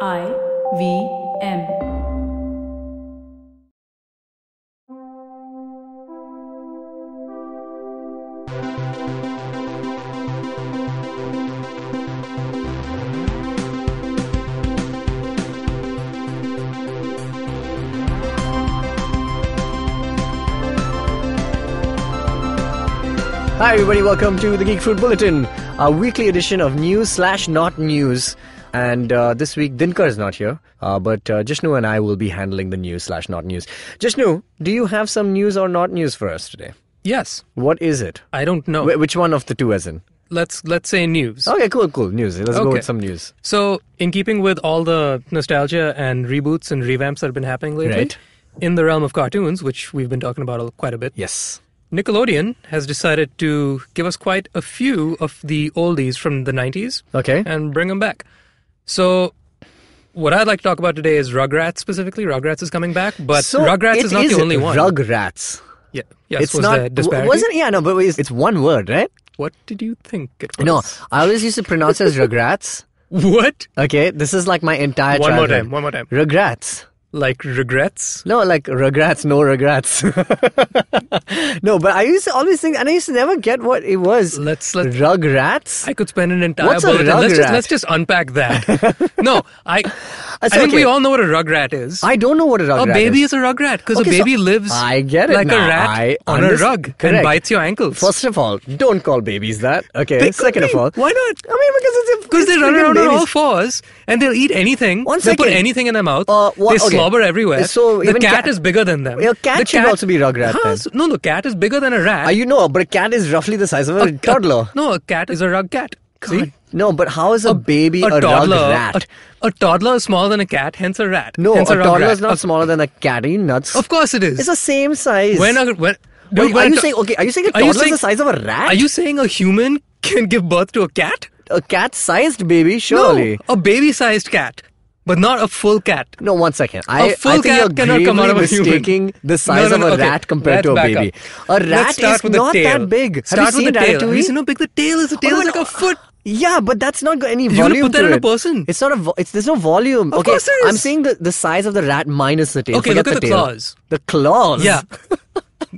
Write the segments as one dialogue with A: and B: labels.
A: I V M.
B: Hi, everybody. Welcome to the Geek Fruit Bulletin, our weekly edition of news slash not news. And uh, this week, Dinkar is not here, uh, but uh, Jishnu and I will be handling the news slash not news. Jishnu, do you have some news or not news for us today?
C: Yes,
B: What is it?
C: I don't know.
B: Wh- which one of the two, as in?
C: Let's let's say news.
B: Okay, cool, cool. News. Let's go
C: Okay.
B: with some news.
C: So, in keeping with all the nostalgia and reboots and revamps that have been happening lately,
B: Right.
C: in the realm of cartoons, which we've been talking about a- quite a bit,
B: Yes.
C: Nickelodeon has decided to give us quite a few of the oldies from the 90s
B: Okay.
C: and bring them back. So, what I'd like to talk about today is Rugrats specifically. Rugrats is coming back, but Rugrats
B: it
C: is not the only one.
B: Rugrats.
C: yeah. Yes,
B: it's
C: was
B: not.
C: there
B: w-
C: disparity?
B: Wasn't yeah? No, but it's, it's one word, right?
C: What did you think it was?
B: No, I always used to pronounce it as Rugrats.
C: What?
B: Okay, this is like my entire
C: One more
B: childhood.
C: time. One more time.
B: Rugrats.
C: Like regrets?
B: No, like regrets, no regrets. no, but I used to always think, and I used to never get what it was.
C: Let's- let's-
B: Rugrats.
C: I could spend an entire
B: What's a
C: bulletin. Let's just,
B: rugrat? Uh,
C: let's just unpack that. no, I, I
B: so,
C: think
B: okay.
C: we all know what a rugrat is.
B: I don't know what a
C: a
B: rugrat
C: baby
B: is.
C: is a rugrat because
B: Okay,
C: a
B: so
C: baby lives
B: I get it
C: like
B: now.
C: a rat
B: I
C: on
B: underst-
C: a rug
B: correct.
C: and bites your ankles.
B: First of all, don't call babies that. Okay.
C: They could
B: Second
C: be.
B: of all,
C: Why not?
B: I mean, because it's a-
C: because they
B: it's
C: run
B: freaking
C: around on
B: babies.
C: all fours and they'll eat anything.
B: One
C: They'll put
B: second.
C: anything in their mouth.
B: Uh, wha-
C: they
B: okay.
C: slobber everywhere.
B: So
C: the
B: even
C: cat
B: ca-
C: is bigger than them.
B: Your cat
C: the
B: should also be rugrat
C: Huh?
B: then.
C: So- No, the cat is bigger than a rat.
B: Are Uh, you know? But a cat is roughly the size of a,
C: A- a-
B: toddler.
C: No, a cat is a rug cat. See?
B: No, but how is a, baby a, rugrat?
C: A, a toddler is smaller than a cat, hence a rat.
B: no, a
C: hence
B: toddler
C: rugrat.
B: is not smaller than a cat. Are you nuts?
C: Of course it is.
B: It's the same size.
C: when are, when,
B: Wait,
C: when
B: are
C: a
B: you
C: to-
B: saying okay? Are you saying a
C: Are you
B: toddler is the
C: saying-
B: size of a rat?
C: Are you saying a human can give birth to a cat?
B: a cat-sized baby? Surely.
C: No, a baby-sized cat, but not a full cat.
B: No, one second.
C: A
B: I,
C: full
B: I think
C: cat
B: you're
C: cannot come out of
B: gravely
C: a human.
B: mistaking the size
C: No, no,
B: of a
C: no, okay.
B: rat compared
C: Let's
B: to a
C: back
B: baby.
C: up.
B: A
C: Let's
B: rat
C: start
B: is
C: with the
B: not
C: tail.
B: that big.
C: Start
B: Have you seen
C: with the tail. Have you
B: Ratatouille?
C: seen how big the tail is? The tail
B: Oh,
C: is
B: no,
C: like a
B: no.
C: foot.
B: Yeah, but that's not got any
C: You're gonna
B: volume
C: put that
B: to
C: in a
B: it.
C: person.
B: It's not a. Vo- it's there's no volume.
C: Of
B: okay,
C: course there
B: I'm
C: is.
B: saying the, the size of the rat minus the tail.
C: Okay,
B: Forget
C: look at
B: the,
C: the
B: tail.
C: claws.
B: The claws.
C: Yeah.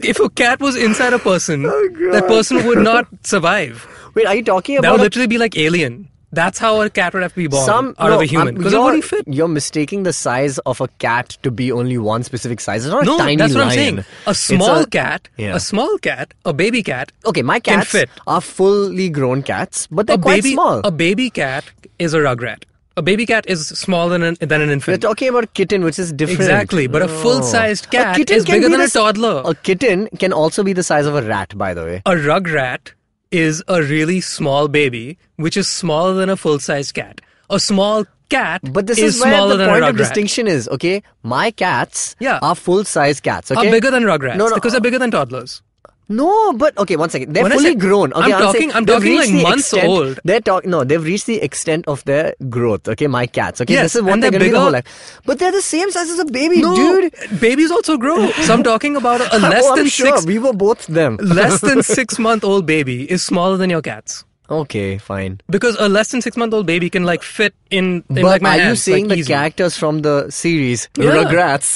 C: if a cat was inside a person, that
B: Oh God.
C: person would not survive.
B: Wait, are you talking
C: That
B: about
C: would
B: a-
C: literally be like alien. That's how a cat would have to be born
B: some
C: out
B: no,
C: of a
B: um,
C: human because it
B: you're-
C: wouldn't fit.
B: You're mistaking the size of a cat to be only one specific size. It's not
C: No,
B: a tiny
C: that's what I'm
B: lion.
C: saying. A
B: It's
C: small cat,
B: Yeah.
C: a small cat, a baby cat.
B: Okay, my
C: can
B: cats
C: fit.
B: are fully grown cats, but they're
C: a
B: quite
C: baby,
B: small.
C: A baby cat is a rugrat. A baby cat is smaller than an, than an
B: We're
C: infant.
B: talking about a kitten, which is different.
C: Exactly, but a full-sized cat
B: kitten
C: is
B: can
C: bigger
B: be
C: than
B: the
C: a
B: s-
C: toddler.
B: A kitten can also be the size of a rat, by the way.
C: A rugrat is a really small baby, which is smaller than a full-sized cat. A small cat
B: But this
C: is,
B: is where the
C: smaller than
B: point
C: a
B: of
C: rugrat.
B: distinction is. Okay, my cats
C: Yeah.
B: are full-sized cats. Okay,
C: Are bigger than rugrats
B: No, no,
C: because they're bigger than toddlers.
B: No, but okay, one second. They're
C: When I
B: fully
C: said-
B: grown. Okay,
C: I'm
B: saying
C: talking- I'm
B: they've
C: talking
B: reached
C: like
B: the
C: months
B: extent-
C: old.
B: They're talking. No, they've reached the extent of their growth. Okay, my cats. Okay,
C: Yes,
B: this is what
C: and
B: they're
C: they're
B: gonna be the whole
C: bigger-
B: life. But they're the same size as a baby,
C: No,
B: dude.
C: babies also grow. So I'm talking about a less
B: oh, I'm
C: than
B: sure.
C: six
B: We were both them.
C: less than six month old baby is smaller than your cats.
B: okay, fine.
C: Because a less than six month old baby can like fit in, in
B: But
C: like my
B: are
C: hands,
B: you saying
C: like,
B: the
C: easily.
B: characters from the series
C: Yeah.
B: Rugrats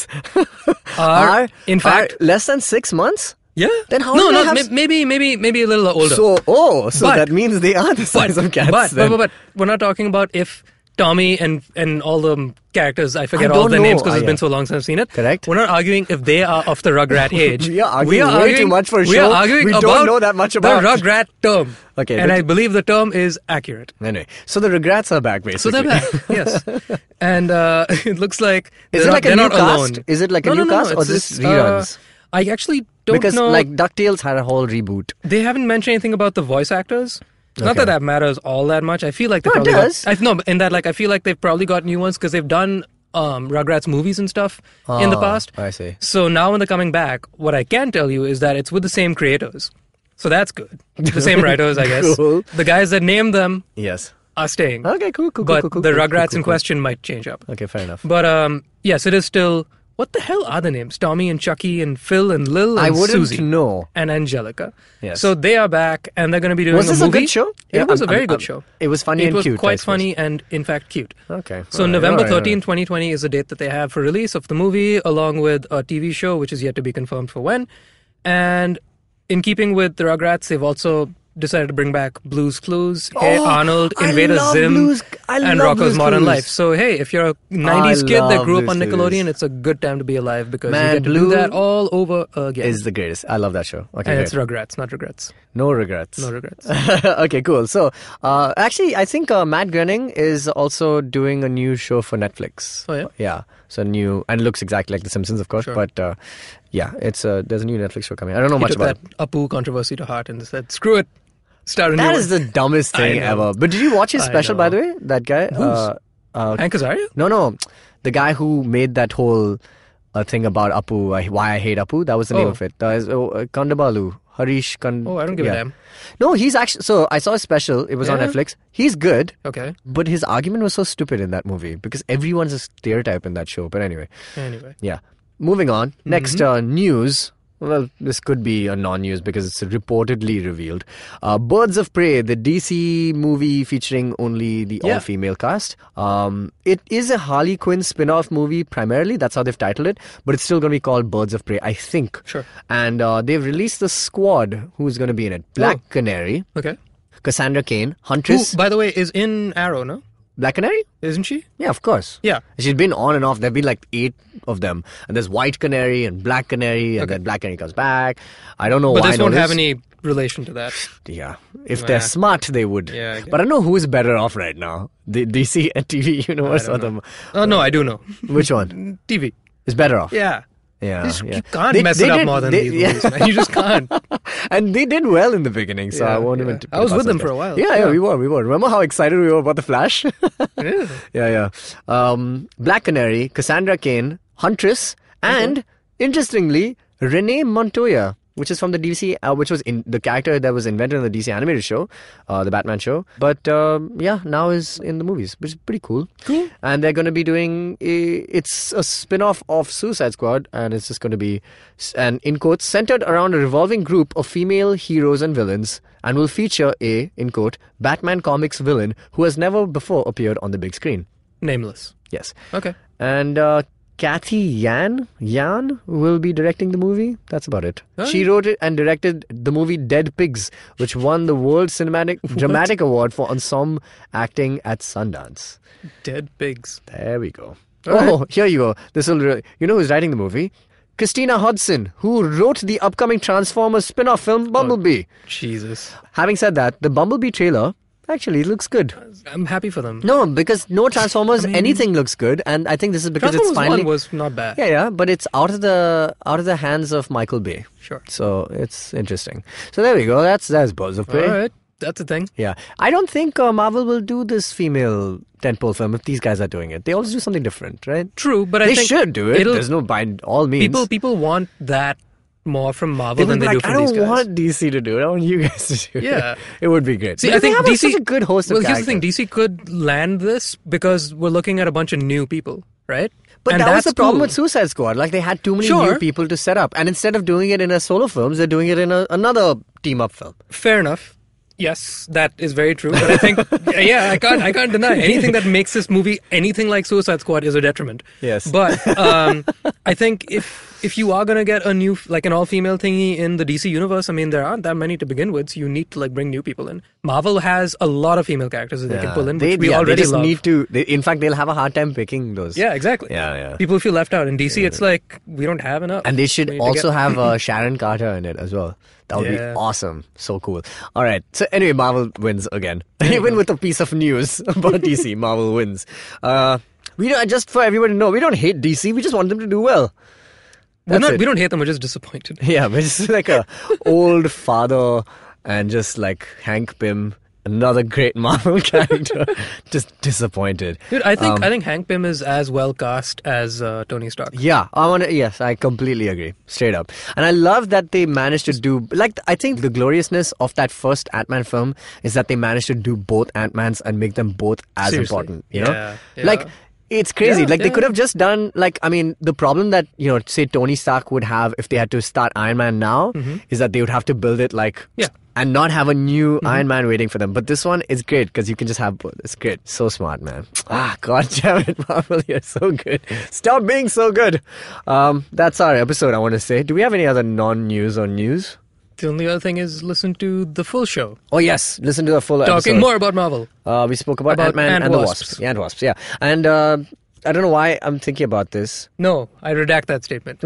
C: Are, in fact-
B: are less than six months?
C: Yeah.
B: Then how do
C: No,
B: they
C: no,
B: have
C: may-
B: s-
C: maybe, maybe, maybe a little older.
B: So oh, so
C: But-
B: that means they are the size of cats.
C: but,
B: then.
C: but, but, but we're not talking about if Tommy and and all the characters. I forget
B: I
C: all
B: don't
C: their
B: know.
C: names because
B: Ah,
C: it's been
B: yeah.
C: so long since I've seen it.
B: Correct.
C: We're not arguing if they are of the Rugrat age.
B: We are arguing way too much for a
C: we
B: show
C: Are arguing
B: we don't
C: about
B: know that much about.
C: the Rugrat term.
B: Okay,
C: and
B: but-
C: I believe the term is accurate.
B: anyway, so the Rugrats are back basically.
C: So they're back, yes. And uh, it looks like
B: Is
C: they're
B: it
C: not-
B: like a
C: they're
B: new
C: not
B: cast?
C: alone.
B: Is it like a
C: No,
B: new
C: no, no,
B: cast or
C: it's-
B: just
C: it's, uh,
B: reruns?
C: I actually don't
B: because
C: know.
B: like DuckTales had a whole reboot.
C: they haven't mentioned anything about the voice actors. Not
B: Okay.
C: that that matters all that much. I feel like they
B: No, it
C: probably
B: does.
C: Got, I no in that like I feel like they've probably got new ones because they've done um, Rugrats movies and stuff in the
B: Ah,
C: past.
B: I see.
C: So now when they're coming back, what I can tell you is that it's with the same creators. So that's good. The same writers, I guess.
B: Cool.
C: The guys that named them
B: Yes.
C: are staying.
B: Okay, cool, cool, cool,
C: But
B: cool, cool,
C: the
B: cool,
C: Rugrats
B: cool, cool,
C: in
B: cool.
C: question might change up.
B: Okay, fair enough.
C: But um, yes, it is still What the hell are the names? Tommy and Chucky and Phil and Lil and
B: I wouldn't
C: Susie
B: know.
C: and Angelica.
B: Yes.
C: So they are back and they're going to be doing
B: Was this
C: a
B: a
C: movie.
B: good show?
C: It
B: Yeah,
C: was
B: I'm-
C: a very
B: I'm-
C: good
B: I'm-
C: show.
B: it was funny
C: It
B: and
C: was
B: cute, I
C: quite
B: suppose.
C: funny and in fact cute.
B: Okay.
C: So
B: Alright,
C: November
B: alright,
C: 13, 2020 is the date that they have for release of the movie, along with a TV show, which is yet to be confirmed for when. And in keeping with the Rugrats, they've also decided to bring back Blue's Clues, Hey
B: Oh,
C: Arnold,
B: I
C: Invader
B: love
C: Zim,
B: Blue's- I love
C: and Rocco's
B: Blue's
C: Modern
B: Clues.
C: Life. So hey, if you're a 90s
B: I
C: kid that
B: love
C: grew up
B: Blue's
C: on
B: Clues.
C: Nickelodeon, it's a good time to be alive because
B: Man,
C: you get to
B: Blue
C: do that all over again.
B: Is the greatest. I love that show. Okay.
C: and
B: great.
C: it's Rugrats, not regrets.
B: No regrets.
C: No regrets.
B: okay, cool. So, uh, actually, I think uh, Matt Groening is also doing a new show for Netflix.
C: Oh, yeah?
B: yeah. So new and looks exactly like The Simpsons, of course.
C: Sure.
B: But uh, yeah, it's uh, there's a new Netflix show coming. I don't know
C: He
B: much
C: took
B: about.
C: that
B: it.
C: Apu controversy to heart and said, "Screw it, start a new
B: That
C: one."
B: is the dumbest thing
C: I know.
B: ever. But did you watch his
C: I
B: special, by the way? That guy. Uh, uh,
C: Hank Azaria?
B: no, no, the guy who made that whole uh, thing about Apu, uh, why I hate Apu. That was the name
C: Oh.
B: of it. That is, uh, Kandabalu. Harish Kand.
C: Oh, I don't give
B: yeah.
C: a damn.
B: No, he's actually. So I saw his special. It was on
C: Yeah.
B: Netflix. He's good.
C: Okay.
B: But his argument was so stupid in that movie because everyone's a stereotype in that show. But anyway,
C: Anyway. Mm-hmm.
B: yeah. Moving on. Next uh, news. Well, this could be a non-news because it's reportedly revealed. Uh, Birds of Prey, the DC movie featuring only the
C: Yeah.
B: all-female cast. Um, it is a Harley Quinn spin-off movie primarily. That's how they've titled it, but it's still going to be called Birds of Prey, I think.
C: Sure.
B: And uh, they've released the squad who's going to be in it: Black Canary,
C: Okay.
B: Cassandra Kane,
C: Oh. Who,
B: Huntress.
C: by the way, is in Arrow, no?
B: Black Canary?
C: Isn't she?
B: Yeah, of course.
C: Yeah.
B: She's been on and off. There've been like eight of them, and there's White Canary and Black Canary, and
C: Okay.
B: then Black Canary comes back. I don't know
C: But
B: why.
C: this
B: no,
C: won't have any relation to that.
B: Yeah, if
C: Nah.
B: they're smart, they would.
C: Yeah, I guess.
B: but I don't know who is better off right now: the DC and TV universe or
C: don't
B: them.
C: Oh, no, I do know.
B: Which one
C: TV.
B: is better off?
C: Yeah.
B: yeah.
C: You just-
B: yeah.
C: You can't
B: They-
C: mess
B: they
C: it up
B: did-
C: more than
B: they-
C: these
B: yeah.
C: movies, man. You just can't.
B: and they did well in the beginning, so I
C: Yeah,
B: won't even.
C: yeah.
B: put
C: I
B: it
C: was
B: past
C: with
B: those
C: them for a
B: guys.
C: while.
B: Yeah, yeah,
C: Yeah.
B: we were, we were. Remember how excited we were about the Flash?
C: Yeah.
B: Yeah, yeah. Um, Black Canary, Cassandra Kane, Huntress, and interestingly, Renee Montoya, which is from the DC, uh, which was in the character that was invented in the DC animated show, uh, the Batman show. But um, yeah, now is in the movies, which is pretty cool.
C: Cool.
B: And they're going to be doing a, it's a spin off of Suicide Squad, and it's just going to be, s- and in quotes, centered around a revolving group of female heroes and villains. And will feature a, in quote, Batman Comics villain who has never before appeared on the big screen.
C: Nameless.
B: Yes.
C: Okay.
B: And uh, Kathy Yan Yan will be directing the movie. That's about it.
C: Oh,
B: She wrote it and directed the movie Dead Pigs, which won the World Cinematic Dramatic Award for Ensemble Acting at Sundance.
C: Dead pigs.
B: There we go.
C: All
B: oh, here you go. This will. Re- you know who's writing the movie? Christina Hodson, who wrote the upcoming Transformers spin-off film Bumblebee.
C: Jesus.
B: Having said that, the Bumblebee trailer actually looks good.
C: I'm happy for them.
B: No, because no Transformers anything looks good, and I think this is because
C: Transformers
B: it's finally
C: 1 was not bad.
B: yeah, yeah, but it's out of the out of the hands of Michael Bay.
C: Sure.
B: So it's interesting. So there we go. That's that's Birds of Prey.
C: All right. That's a thing.
B: Yeah, I don't think uh, Marvel will do this female tentpole film if these guys are doing it. They always do something different, right?
C: True, but I
B: they
C: think
B: should do it.
C: it'll-
B: There's no by all means.
C: people people want that more from
B: They
C: Marvel
B: would
C: than
B: be like,
C: they do from
B: I don't
C: these guys.
B: want DC to do it. I want you guys to do it.
C: Yeah.
B: it would be great.
C: See,
B: Because
C: I think
B: they have
C: DC
B: such a good host of
C: Well, here's the thing:
B: characters.
C: DC could land this because we're looking at a bunch of new people, right?
B: But
C: And
B: that was the
C: that's
B: problem
C: cool.
B: with Suicide Squad. Like they had too many new
C: Sure.
B: people to set up, and instead of doing it in a solo films, they're doing it in a, another team up film.
C: Fair enough. Yes, that is very true. But I think, yeah, I can't, I can't deny anything that makes this movie anything like Suicide Squad is a detriment.
B: Yes.
C: but um, I think if if you are gonna get a new like an all female thingy in the DC universe, I mean there aren't that many to begin with, so you need to like bring new people in. Marvel has a lot of female characters that they
B: Yeah.
C: can pull in,
B: They-
C: which we
B: yeah,
C: already
B: they just
C: love.
B: need to. They, in fact, they'll have a hard time picking those.
C: Yeah, exactly.
B: Yeah, yeah.
C: People feel left out. In DC, it's like we don't have enough.
B: And they should
C: We need to
B: also
C: get-
B: have uh, Sharon Carter in it as well. That would
C: Yeah.
B: be awesome. So cool. All right. So anyway, Marvel wins again. Even with a piece of news about DC, Marvel wins. Uh, we don't, just for everyone to know, we don't hate DC. We just want them to do well.
C: We're
B: That's
C: not,
B: it.
C: we don't hate them. We're just disappointed.
B: Yeah, but just like a old father and just like Hank Pym, another great Marvel character, just disappointed.
C: Dude, I
B: Um,
C: think I think Hank Pym is as well cast as uh, Tony Stark.
B: Yeah, I want to. Yes, I completely agree, straight up. And I love that they managed to do. Like, I think the gloriousness of that first Ant Man film is that they managed to do both Ant Mans and make them both as
C: Seriously.
B: important. You know,
C: Yeah, yeah.
B: like It's crazy.
C: Yeah,
B: like they
C: yeah,
B: could have
C: yeah.
B: just done like I mean the problem that you know say Tony Stark would have if they had to start Iron Man now is that they would have to build it like
C: Mm-hmm. Yeah. Mm-hmm.
B: and not have a new Iron Man waiting for them. But this one is great because you can just have both. It's great. So smart, man. Ah, god damn it, Marvel, you're so good. Stop being so good. Um, that's our episode. I want to say. Do we have any other non-news or news?
C: The only other thing is listen to the full show.
B: Oh yes, listen to the full
C: Talking
B: episode.
C: more about Marvel.
B: Uh, we spoke about,
C: About
B: Ant Man and,
C: ant
B: the
C: wasps.
B: Wasps. Yeah, and Wasps, yeah. And uh, I don't know why I'm thinking about this.
C: No, I redact that statement.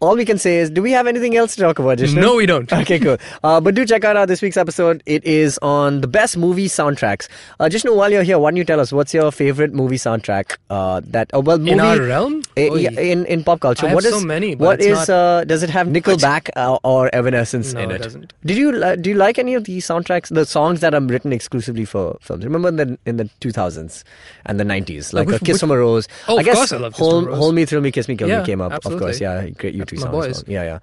B: All we can say is, do we have anything else to talk about, Jishnu?
C: no, we don't.
B: Okay, cool. Uh, but do check out our this week's episode. It is on the best movie soundtracks. Uh, Jishnu, while you're here, why don't you tell us what's your favorite movie soundtrack? Uh, that oh, well, movie,
C: In our realm?
B: Eh,
C: Oy.
B: yeah, in in pop culture,
C: I have
B: what is
C: so many, but
B: what
C: it's
B: is
C: not-
B: uh, does it have Nickelback uh, or Evanescence
C: No,
B: in
C: it
B: it?
C: doesn't.
B: Did you li- do you like any of the soundtracks, the songs that are written exclusively for films? Remember in the in the two thousands and the nineties, like
C: which-
B: uh, Kiss
C: which-
B: from a Rose.
C: Oh,
B: I
C: of
B: guess
C: course I love Kiss from a
B: Hold,
C: Rose.
B: Hold Me, Thrill Me, Kiss Me, Kill Me
C: Yeah,
B: came up, of course.
C: absolutely.
B: Yeah, Uh, great U two
C: That's my
B: songs.
C: boys.
B: well. Yeah, yeah.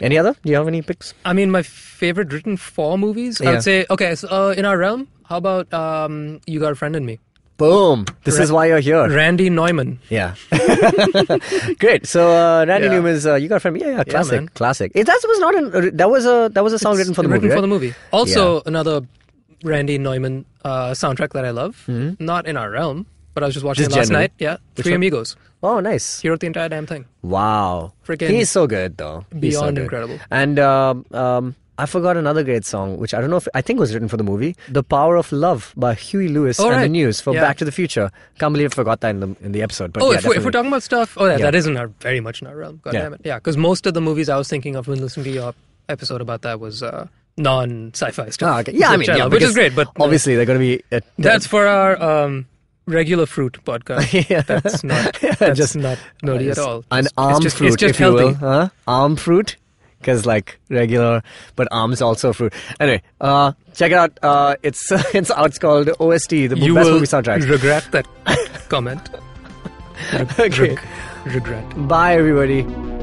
B: Any other? Do you have any picks?
C: I mean, my favorite written for movies, I
B: Yeah.
C: would say, okay, so, uh, in our realm, how about um, You Got a Friend in Me?
B: Boom! This is why you're here.
C: Randy Neumann.
B: Yeah. Great. So uh, Randy
C: Yeah.
B: Newman's uh, "You Got From" yeah, yeah, classic,
C: man.
B: classic. Eh, that was not an, uh, that was a that was a song written for the
C: written
B: movie.
C: for the
B: right?
C: movie. Also, another Randy Neumann uh, soundtrack that I love. Not in our realm, but I was just watching
B: Mm-hmm. Just
C: it
B: generally.
C: last night. Yeah, Three
B: one?
C: Amigos.
B: Oh, nice.
C: He wrote the entire damn thing.
B: Wow.
C: Freaking
B: He's so good though. He's so
C: beyond
B: good.
C: incredible.
B: And um, um, I forgot another great song, which I don't know if I think was written for the movie, "The Power of Love" by Huey Lewis
C: Oh,
B: and the
C: right.
B: News for
C: Yeah.
B: Back to the Future. Can't believe I forgot that in the in the episode. But
C: Oh,
B: yeah,
C: if, we, if
B: definitely.
C: we're talking about stuff, oh yeah,
B: Yeah.
C: that isn't our, very much in our realm. God
B: Yeah.
C: damn it, yeah. Because most of the movies I was thinking of when listening to your episode about that was uh, non-sci-fi stuff.
B: Ah, okay. Yeah, I
C: which
B: mean, yeah,
C: love, which is
B: because
C: great, but uh,
B: obviously they're going to be. uh,
C: that's for our um, regular fruit podcast.
B: Yeah.
C: That's not that's
B: Just-
C: just not nerdy at
B: It's
C: all.
B: An
C: It's-
B: arm
C: it's just,
B: fruit,
C: it's just
B: if
C: healthy.
B: you will. Huh? Arm fruit, because like regular, but arms also fruit. Anyway, uh, check it out. Uh, it's it's out. It's called OST, the
C: You
B: best
C: will
B: movie soundtrack.
C: regret that comment. Reg-
B: Okay.
C: reg- regret.
B: Bye, everybody.